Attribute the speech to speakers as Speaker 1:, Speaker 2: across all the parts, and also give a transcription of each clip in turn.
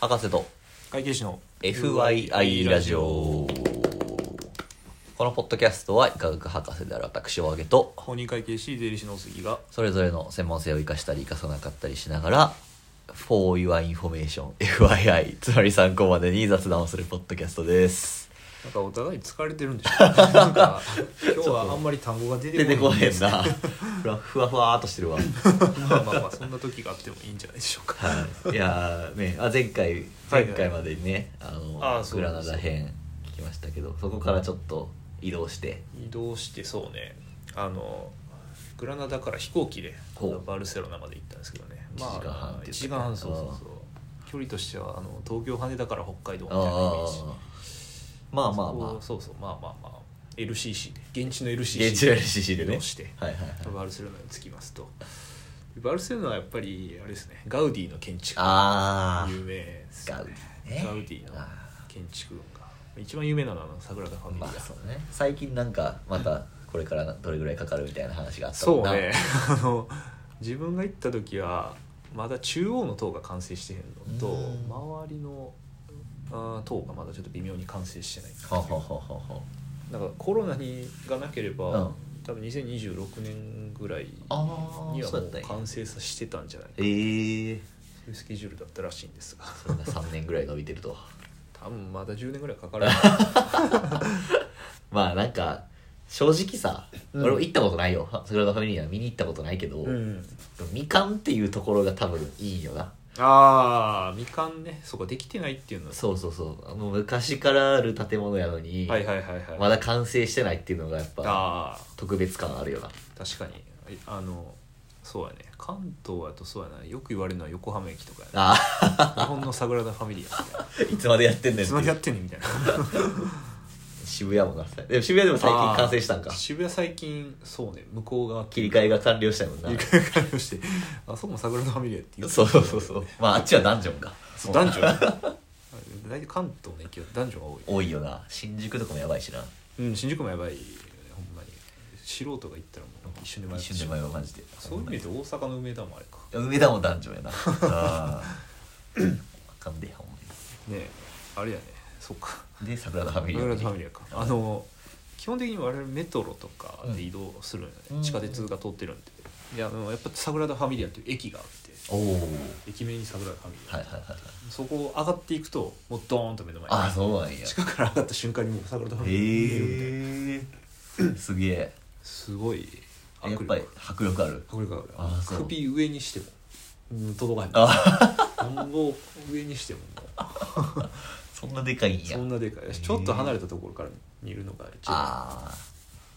Speaker 1: 博士と
Speaker 2: 会計士の
Speaker 1: FYI ラジオこのポッドキャストは医科学博士である私を挙げと
Speaker 2: 公認会計士税理士の杉が
Speaker 1: それぞれの専門性を生かしたり生かさなかったりしながら For Your Information FYI つまり参考までに雑談をするポッドキャストです
Speaker 2: なんかお互い疲れてるんでしょ なんか今日はあんまり単語が出
Speaker 1: 出
Speaker 2: て
Speaker 1: て
Speaker 2: こ
Speaker 1: こ
Speaker 2: ない
Speaker 1: へんなふわふわふわーっとしてるわ
Speaker 2: まあまあまあそんな時があってもいいんじゃないでしょうか
Speaker 1: はいいやーねあ前回
Speaker 2: はい
Speaker 1: 前回までにねあの
Speaker 2: あーそう
Speaker 1: グラナダ編聞きましたけどそこからちょっと移動して
Speaker 2: 移動してそうねあのグラナダから飛行機で
Speaker 1: ほう
Speaker 2: バルセロナまで行ったんですけどね
Speaker 1: 一時間半って言ったっけ
Speaker 2: 1時間半そうそうそう距離としてはあの東京羽田から北海道みたいなイメージ
Speaker 1: ああまあまあまあ
Speaker 2: そうそうそうまあまあまあ LCC で現地の LCC で
Speaker 1: 現地 LCC で
Speaker 2: 移
Speaker 1: ね
Speaker 2: 動して
Speaker 1: はいはいはい
Speaker 2: バルセロナに着きますとバルセロナはやっぱりあれですねガウディの建築
Speaker 1: あ
Speaker 2: 有名ですよ
Speaker 1: ガウ
Speaker 2: ね
Speaker 1: ディね
Speaker 2: ガウディの
Speaker 1: あ
Speaker 2: 建築群が一番有名なのはあの桜田ファ
Speaker 1: あ
Speaker 2: ミリ
Speaker 1: まあ
Speaker 2: ーが
Speaker 1: そうね最近なんかまたこれからどれぐらいかかるみたいな話があったも
Speaker 2: そうん
Speaker 1: な
Speaker 2: ねあの自分が行った時はまだ中央の塔が完成してへんのと
Speaker 1: うん
Speaker 2: 周りのあー塔がまだちょっと微妙に完成してない
Speaker 1: ほうほうほうほうほう
Speaker 2: だからコロナにがなければ、
Speaker 1: うん
Speaker 2: 多分2026年ぐらいには
Speaker 1: あ
Speaker 2: も
Speaker 1: あそうだっ
Speaker 2: う
Speaker 1: たんや
Speaker 2: 完成させてたんじゃないか
Speaker 1: ええー、
Speaker 2: そういうスケジュールだったらしいんですが
Speaker 1: それが3年ぐらい伸びてると
Speaker 2: 多分まだ10年ぐらいか かるあ
Speaker 1: まあなんか正直さ、
Speaker 2: うん
Speaker 1: 俺も行ったことないよ桜田ファミリーは見に行ったことないけど、みかんっていうところが多分いいよな
Speaker 2: あーみかんねそこできてないっていうのは
Speaker 1: そうそうそうあの昔からある建物やのに、
Speaker 2: はいはいはいはい、
Speaker 1: まだ完成してないっていうのがやっぱ
Speaker 2: あ
Speaker 1: 特別感あるよな
Speaker 2: ー確かにえあのそうやね関東やとそうやなよく言われるのは横浜駅とかや な
Speaker 1: あ
Speaker 2: 日本の桜田ファミリアみたいな
Speaker 1: ー いつまでやってんねん
Speaker 2: い
Speaker 1: っ
Speaker 2: つ
Speaker 1: て
Speaker 2: まで
Speaker 1: い
Speaker 2: や
Speaker 1: う
Speaker 2: ってんねんみたいな
Speaker 1: 渋谷もなでも渋谷でも最近完成したんか
Speaker 2: あー渋谷最近そうね向こう側
Speaker 1: 切り替えが完了したもんな
Speaker 2: 切り替え完了してあそこも桜田ファミリアって言っ て
Speaker 1: そうそうそうそうまああっちはダンジョンか
Speaker 2: そう男女大体関東の駅は男女が多い
Speaker 1: 多いよな新宿とかもやばいしな
Speaker 2: うん、新宿もやばいよねほんまに素人が行ったらもう一瞬で迷っ
Speaker 1: 一
Speaker 2: て
Speaker 1: 瞬
Speaker 2: し
Speaker 1: で
Speaker 2: まう
Speaker 1: 前はマジで
Speaker 2: そういう意味で大阪の梅田もあれか
Speaker 1: 梅田もダンジョンや なあーあかんでほんま
Speaker 2: ねえあれやねそっか
Speaker 1: にで桜田ファミ
Speaker 2: グ
Speaker 1: リ
Speaker 2: ラ
Speaker 1: ー
Speaker 2: ンドファミリアかあの基本的に我々メトロとかで移動するんよね、
Speaker 1: うん
Speaker 2: 地下鉄が通ってるんでであのやっぱサグラダ・ファミリアっていう駅があって
Speaker 1: おおはい
Speaker 2: 駅名にサグラダ・ファミリア、
Speaker 1: はいはいはい
Speaker 2: そこを上がっていくともうドーンと目の前に
Speaker 1: ああそうなんや
Speaker 2: 地下から上がった瞬間にもうサグラダ・ファミリア見えるみたいな、
Speaker 1: へえすげえ
Speaker 2: すごい
Speaker 1: やっぱり迫力ある
Speaker 2: これが
Speaker 1: あそう
Speaker 2: 首上にしてもうん届かへん
Speaker 1: あ
Speaker 2: なんぼ上にしてもも
Speaker 1: そんなでかいん
Speaker 2: う
Speaker 1: や
Speaker 2: そんなでかいちょっと離れたところから見るのが一番
Speaker 1: ああ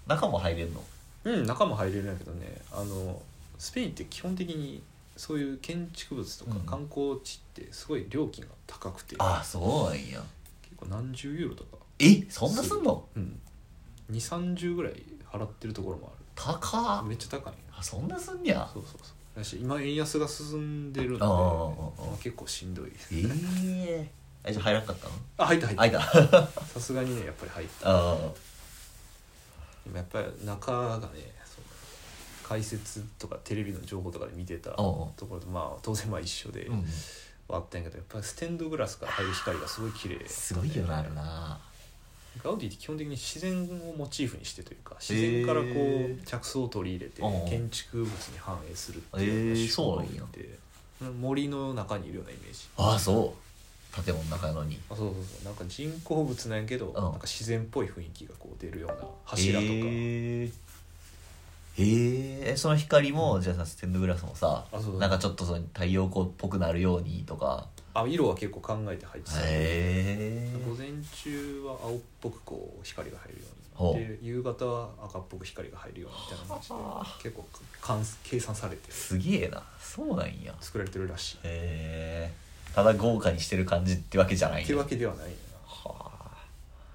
Speaker 1: 中も入れんの
Speaker 2: うん中も入れるんやけどねあのスペインって基本的にそういう建築物とか
Speaker 1: うん
Speaker 2: 観光地ってすごい料金が高くて、
Speaker 1: ああそうなんや
Speaker 2: 結構何十ユーロとか、
Speaker 1: えそんなすんの
Speaker 2: うん、2 3 0ぐらい払ってるところもあ
Speaker 1: 高
Speaker 2: る
Speaker 1: っ
Speaker 2: めっちゃ高いんや
Speaker 1: あそんなすんにゃ
Speaker 2: そうそうそうだし今円安が進んでるんで
Speaker 1: あーあーあー
Speaker 2: まあ結構しんどいです
Speaker 1: ええあじゃあ入らんかったの
Speaker 2: あ入った入った
Speaker 1: あいたあ
Speaker 2: さすがにねやっぱり入っ た
Speaker 1: あ
Speaker 2: でもやっぱり中がねその解説とかテレビの情報とかで見てたと
Speaker 1: おう
Speaker 2: ころとまあ当然まあ一緒で
Speaker 1: うん
Speaker 2: はあったんやけどやっぱりステンドグラスから入る光がすごい綺麗
Speaker 1: すごいよなあるな
Speaker 2: ガウディって基本的に自然をモチーフにしてというか自然からこ
Speaker 1: へ
Speaker 2: う着想を取り入れ
Speaker 1: おう
Speaker 2: て建築物に反映するっ
Speaker 1: へ
Speaker 2: て
Speaker 1: ー
Speaker 2: いう
Speaker 1: そうなんや
Speaker 2: で森の中にいるようなイメージ
Speaker 1: ああそう建物の中なのに
Speaker 2: あそうそうそうなんか人工物なんやけど
Speaker 1: ん
Speaker 2: なんか自然っぽい雰囲気がこう出るような柱とか
Speaker 1: へえへえその光もじゃあさステンドグラスもさ
Speaker 2: あそうそう
Speaker 1: なんかちょっとその太陽光っぽくなるようにとか
Speaker 2: あ色は結構考えて配置されてる
Speaker 1: へ
Speaker 2: 午
Speaker 1: え
Speaker 2: 前中は青っぽくこう光が入るよ
Speaker 1: ほう
Speaker 2: うにで夕方は赤っぽく光が入るようにみたいな
Speaker 1: は
Speaker 2: 感じで結構かん計算されて
Speaker 1: すげえなそうなんや
Speaker 2: 作られてるらしい
Speaker 1: へえただ豪華にしてる感じってわけじゃないん
Speaker 2: って
Speaker 1: や
Speaker 2: わけではないな
Speaker 1: はあ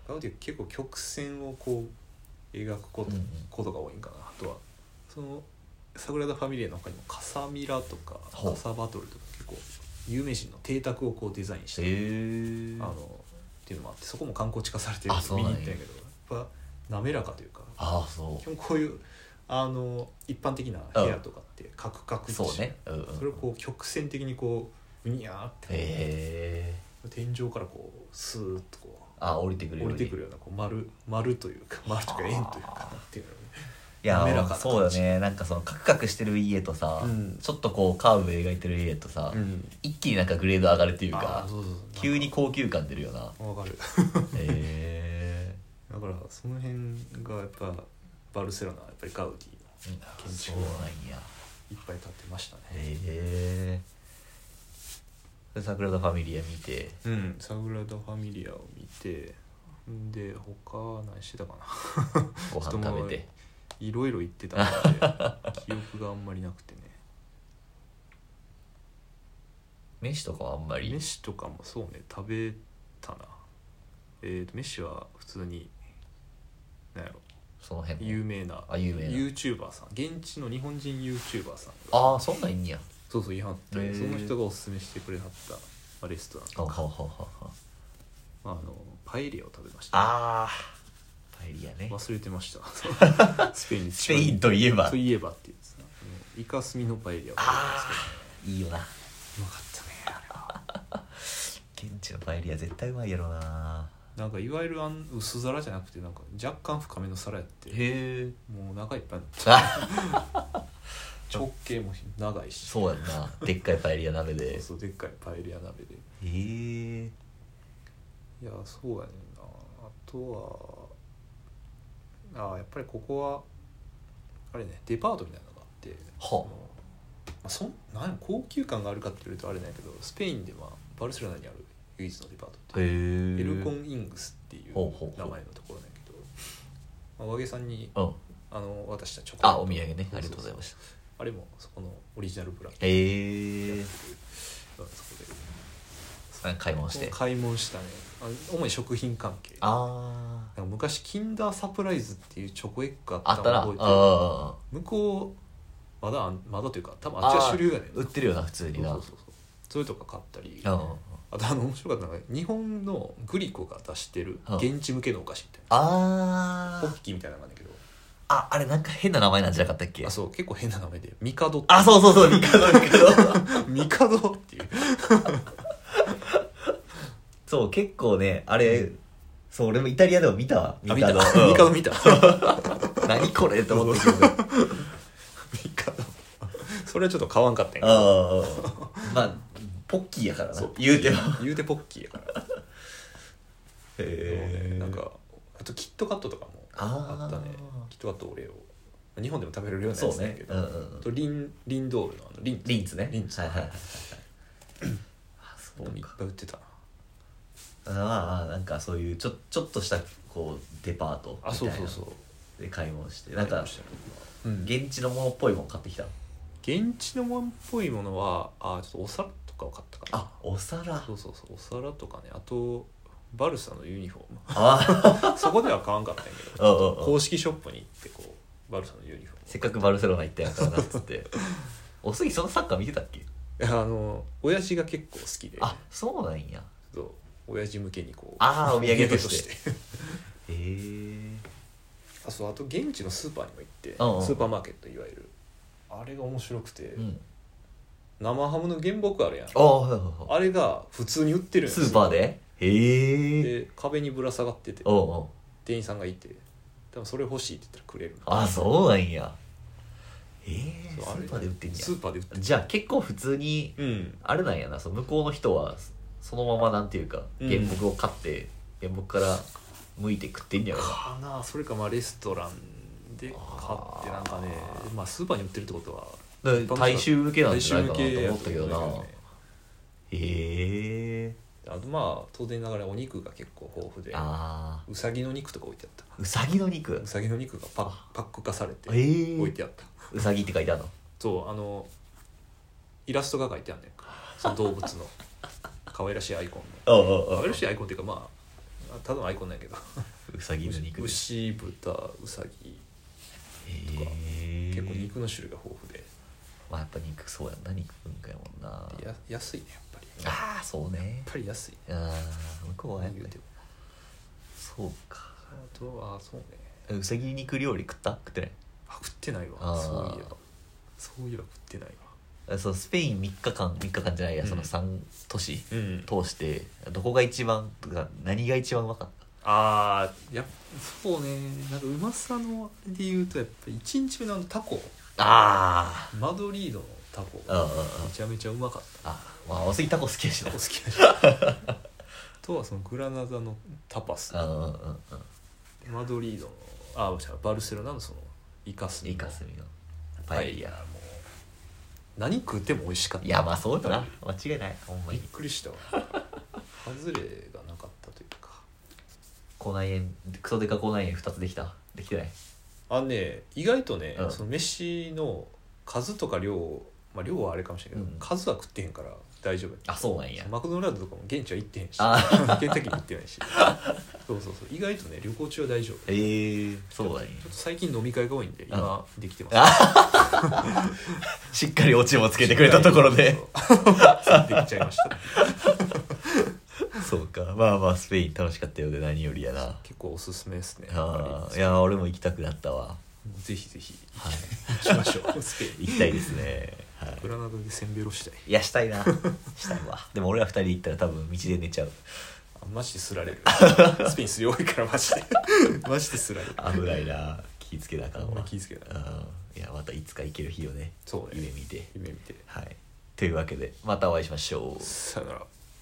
Speaker 2: ガウディは結構曲線をこう描くこと,、
Speaker 1: うんうん
Speaker 2: ことが多いんかなあとはそのサグラダ・ファミリアの他にも「カサミラ」とか「
Speaker 1: ほう
Speaker 2: カサバトル」とか結構有名人の邸宅をこうデザインして
Speaker 1: へえ
Speaker 2: あのっていうのもあってそこも観光地化されてる
Speaker 1: あそう
Speaker 2: 見
Speaker 1: なん
Speaker 2: に
Speaker 1: や
Speaker 2: 行ったんやけどやっぱ滑らかというか
Speaker 1: ああそ
Speaker 2: 基本こういうあの一般的な部屋とかってカクカ
Speaker 1: う
Speaker 2: クだし
Speaker 1: そうねうんうん
Speaker 2: それをこう曲線的にこううにゃーって
Speaker 1: へえ
Speaker 2: 天井からこうスーッとこ
Speaker 1: あ降りてく
Speaker 2: う
Speaker 1: るよ
Speaker 2: 降
Speaker 1: うに
Speaker 2: りてくるようなこう丸丸というか丸とか円というかなんていうのね
Speaker 1: いや
Speaker 2: 滑らかな感じ
Speaker 1: そうだねなんかそのカクカクしてる家とさ、
Speaker 2: うん
Speaker 1: ちょっとこうカーブ描いてる家とさ、一気になんかグレード上がるっていう
Speaker 2: あ
Speaker 1: か
Speaker 2: ーそうそうそう
Speaker 1: 急に高級感出るよ な
Speaker 2: わかる
Speaker 1: へ
Speaker 2: だからその辺がやっぱバルセロナはやっぱりガウディの
Speaker 1: えー、
Speaker 2: 建
Speaker 1: そう
Speaker 2: 築
Speaker 1: なん
Speaker 2: が
Speaker 1: や
Speaker 2: いっぱい建ってましたね
Speaker 1: へえでサグラダ・ファミリア見て
Speaker 2: うんサグラダ・ファミリアを見てんで他は何してたかな
Speaker 1: ご飯食べて
Speaker 2: いろいろ行ってた ので記憶があんまりなくてね
Speaker 1: 飯とかはあんまり
Speaker 2: 飯とかもそうね食べたなえー、と飯は普通になんやろ
Speaker 1: その辺
Speaker 2: 有名な
Speaker 1: あ有名な
Speaker 2: YouTuber さん現地の日本人 YouTuber さんが
Speaker 1: ああそんなんいんねや
Speaker 2: そうそういはって、
Speaker 1: へー
Speaker 2: その人がおすすめしてくれはったまあレストラン
Speaker 1: ははははは
Speaker 2: まあ、あのパエリアを食べました
Speaker 1: あーパエリアね
Speaker 2: 忘れてました スペインに
Speaker 1: スペインといえば
Speaker 2: といえばっていうやつなあのイカスミのパエリアを食べた
Speaker 1: あ
Speaker 2: んです
Speaker 1: あいいよな
Speaker 2: けどうまかったねあれは
Speaker 1: 現地のパエリア絶対うまいやろな
Speaker 2: なんかいわゆるあん薄皿じゃなくてなんか若干深めの皿やって
Speaker 1: へえ
Speaker 2: もうお腹いっぱいになって
Speaker 1: 直
Speaker 2: 直径も長いし
Speaker 1: そうやんなでっかいパエリア鍋でへ
Speaker 2: そうでっかいパエリア鍋で
Speaker 1: え
Speaker 2: いやそうやねんなあとはあやっぱりここはあれねデパートみたいなのがあって
Speaker 1: はあ
Speaker 2: あのまあそんなんや高級感があるかって言うとあれなんやけどスペインでまあバルセロナにある唯一のデパートって
Speaker 1: へえ
Speaker 2: エルコンイングスっていう
Speaker 1: ほうほうほう
Speaker 2: 名前のところなんやけど、まあ、和毛さんに
Speaker 1: うん
Speaker 2: あの渡したチョコレー
Speaker 1: あ
Speaker 2: ト
Speaker 1: お土産ね
Speaker 2: そ
Speaker 1: あ
Speaker 2: うそう
Speaker 1: りがとう
Speaker 2: そう
Speaker 1: ございました
Speaker 2: あれもそこのオリジナルブランド
Speaker 1: へえ
Speaker 2: そこで
Speaker 1: 買い物して
Speaker 2: 買い物したねあ主に食品関係
Speaker 1: あ
Speaker 2: なんか昔キンダーサプライズっていうチョコエッグあっ
Speaker 1: ああ
Speaker 2: た
Speaker 1: った
Speaker 2: の
Speaker 1: な
Speaker 2: 覚えてる
Speaker 1: あ
Speaker 2: 向こうまだあんまだというか多分あっちが主流やねん
Speaker 1: 売ってるよな普通にな
Speaker 2: そうそうそうそうそれとか買ったり
Speaker 1: あ
Speaker 2: あとあの面白かったのが日本のグリコが出してる
Speaker 1: うん
Speaker 2: 現地向けのお菓子みたいな
Speaker 1: あ
Speaker 2: ポ
Speaker 1: ー
Speaker 2: ッキーみたいなのがあるんだけど
Speaker 1: ああれなんか変な名前なんじゃなかったっけ
Speaker 2: あそう結構変な名前でミカド
Speaker 1: あそうそうそうミカドミカド
Speaker 2: うミカドっていう
Speaker 1: そう結構ねあれ、そう俺もイタリアでも見たわ
Speaker 2: あ
Speaker 1: ミ
Speaker 2: 見た
Speaker 1: カド
Speaker 2: ミカド見た
Speaker 1: うん何これって思ったけど
Speaker 2: ミカドそれはちょっと買わんかったんやけど
Speaker 1: ああまあポッキーやからな
Speaker 2: そう
Speaker 1: 言うても
Speaker 2: 言うてポッキーやから
Speaker 1: へ
Speaker 2: なんかあとキットカットとかも
Speaker 1: あー
Speaker 2: あったねキットカットオレオ日本でも食べれるようなや
Speaker 1: そう
Speaker 2: つだけ
Speaker 1: ね
Speaker 2: ど、
Speaker 1: うんうんうん
Speaker 2: あとリンリンドールのあのリン
Speaker 1: リンツね
Speaker 2: リンツ
Speaker 1: はいはいはいはいあそ
Speaker 2: でも
Speaker 1: う
Speaker 2: いっ
Speaker 1: か
Speaker 2: ぱい売ってたな
Speaker 1: あまあなんかそういうちょちょっとしたこうデパートみたいな
Speaker 2: あそうそうそう
Speaker 1: で買い物してなんか
Speaker 2: うん
Speaker 1: 現地のものっぽいもん買ってきた
Speaker 2: 現地のものっぽいものはあちょっとお皿とかを買ったかな
Speaker 1: あお皿
Speaker 2: そうそうそうお皿とかねあとバルサのユニフォーム
Speaker 1: あ
Speaker 2: そこでは買わんかったんやけど
Speaker 1: あ うんうんうん
Speaker 2: 公式ショップに行ってこうバルサのユニフォーム
Speaker 1: せっかくバルセロナ行ったんやからなっつっておすぎそのサッカー見てたっけ
Speaker 2: いやあの親父が結構好きで
Speaker 1: あそうなんや
Speaker 2: ちょっと親父向けにこう
Speaker 1: あーお土産として
Speaker 2: お
Speaker 1: へえ
Speaker 2: あ そうあと現地のスーパーにも行って
Speaker 1: うんうん
Speaker 2: スーパーマーケットいわゆるあれが面白くて、
Speaker 1: うん
Speaker 2: 生ハムの原木あるやん
Speaker 1: ああはいはいはい
Speaker 2: あれが普通に売ってるん
Speaker 1: スーパーでへえ
Speaker 2: で壁にぶら下がってて
Speaker 1: おうおう
Speaker 2: 店員さんがいて多分それ欲しいって言ったらくれる
Speaker 1: あそうなんやへえス
Speaker 2: そうあれ
Speaker 1: ーパーで売ってんじ
Speaker 2: スーパーで売って
Speaker 1: ゃん
Speaker 2: る
Speaker 1: じゃあ結構普通に
Speaker 2: うん
Speaker 1: あれなんやなその向こうの人はそそのままなんていうか
Speaker 2: うん
Speaker 1: 原木を買って、原木から剥いて食ってんやろな
Speaker 2: かなそれかまあレストランで買ってなんかねまあスーパーに売ってるってことは
Speaker 1: だから大衆向けなんじゃないかな
Speaker 2: 大
Speaker 1: と
Speaker 2: 衆向けや
Speaker 1: 思ったけど
Speaker 2: と
Speaker 1: な
Speaker 2: 思うんだけどね
Speaker 1: へえ
Speaker 2: あとまあ当然ながらお肉が結構豊富で
Speaker 1: あ
Speaker 2: うさぎの肉とか置いてあっ
Speaker 1: ーうさぎの
Speaker 2: た
Speaker 1: 肉
Speaker 2: うさぎの肉がパッパック化されて
Speaker 1: えー
Speaker 2: 置いてあった、
Speaker 1: うさぎって書いてあるの
Speaker 2: そうあのイラストが書いてあんねんかその動 物の可愛らしいアイコン
Speaker 1: ああ
Speaker 2: の可愛らしいアイコンっていうかまあただのアイコンなんやけど
Speaker 1: うさぎの肉へ
Speaker 2: 牛豚ウサギ
Speaker 1: え
Speaker 2: 結構肉の種類が豊富で
Speaker 1: まあやっぱ肉そうやんな肉文化やもんな
Speaker 2: や安いねやっぱりやっ
Speaker 1: ああそうね
Speaker 2: ぱり安いね
Speaker 1: ああ向こうはやっぱ
Speaker 2: 言う
Speaker 1: り
Speaker 2: ても
Speaker 1: そうか
Speaker 2: あとはそうね
Speaker 1: うさぎ肉料理食った食ってない
Speaker 2: あ食ってない
Speaker 1: あ
Speaker 2: わ
Speaker 1: ー
Speaker 2: そういえばそういえば食ってないわ
Speaker 1: そうスペイン3日間3日間じゃないや、
Speaker 2: うん
Speaker 1: その3都市
Speaker 2: うん
Speaker 1: 通してどこが一番とか何が一番うまかった
Speaker 2: ああやっそうねなんかうまさのあれで言うとやっぱ1日目のあのタコ
Speaker 1: あ
Speaker 2: マドリードのタコ
Speaker 1: あうんうんうん
Speaker 2: めちゃめちゃうまかった
Speaker 1: あまあおすぎタコ好きやしな
Speaker 2: タコ好きだしあとはそのグラナダのタパス
Speaker 1: うんうんうんうん
Speaker 2: マドリードのあ違うバルセロナのそのイカスミ
Speaker 1: イ
Speaker 2: の
Speaker 1: カスミの
Speaker 2: パ
Speaker 1: パエ
Speaker 2: エリ
Speaker 1: リ
Speaker 2: アも
Speaker 1: ア
Speaker 2: う何食っても美味しかった
Speaker 1: いやまあそうだな間違いないほんま
Speaker 2: びっ
Speaker 1: に
Speaker 2: くりしたわ 外れがなかったというか
Speaker 1: 口内炎クソデカ口内炎2つできたできてない
Speaker 2: あのね意外とね、
Speaker 1: うん
Speaker 2: その飯の数とか量まあ量はあれかもしれないけど、
Speaker 1: うん
Speaker 2: 数は食ってへんから大丈夫
Speaker 1: あそうなんや
Speaker 2: マクドナルドとかも現地は行ってへんし
Speaker 1: あ
Speaker 2: ケンタッキーも行ってな いしそうそうそう意外とね旅行中は大丈夫
Speaker 1: えー、そうなんや
Speaker 2: ちょっと最近飲み会が多いんで今できてます
Speaker 1: あしっかりオチもつけてくれたところで
Speaker 2: そうできちゃいま した
Speaker 1: そうかまあまあスペイン楽しかったようで何より やな
Speaker 2: 結構おすすめですねやっ
Speaker 1: あ
Speaker 2: ぱ
Speaker 1: ー
Speaker 2: り
Speaker 1: いや俺も行きたくなったわ
Speaker 2: ぜひぜひ
Speaker 1: はい
Speaker 2: 行きまし ょうスペイン
Speaker 1: 行きたいです ね、はい、
Speaker 2: グラナダでせんべろしたい
Speaker 1: いやしたい なしたいわでも俺ら二人行ったら多分道で寝ちゃう
Speaker 2: あマジです られるスペインすり多いからマジでマジですられる
Speaker 1: 危ないな気ぃつけなあかん
Speaker 2: ほん
Speaker 1: わ
Speaker 2: ま気ぃつけな
Speaker 1: うんいやまたいつか行ける日をね
Speaker 2: そうね
Speaker 1: 夢見て
Speaker 2: 夢見て
Speaker 1: はいというわけでまたお会いしましょう
Speaker 2: さよなら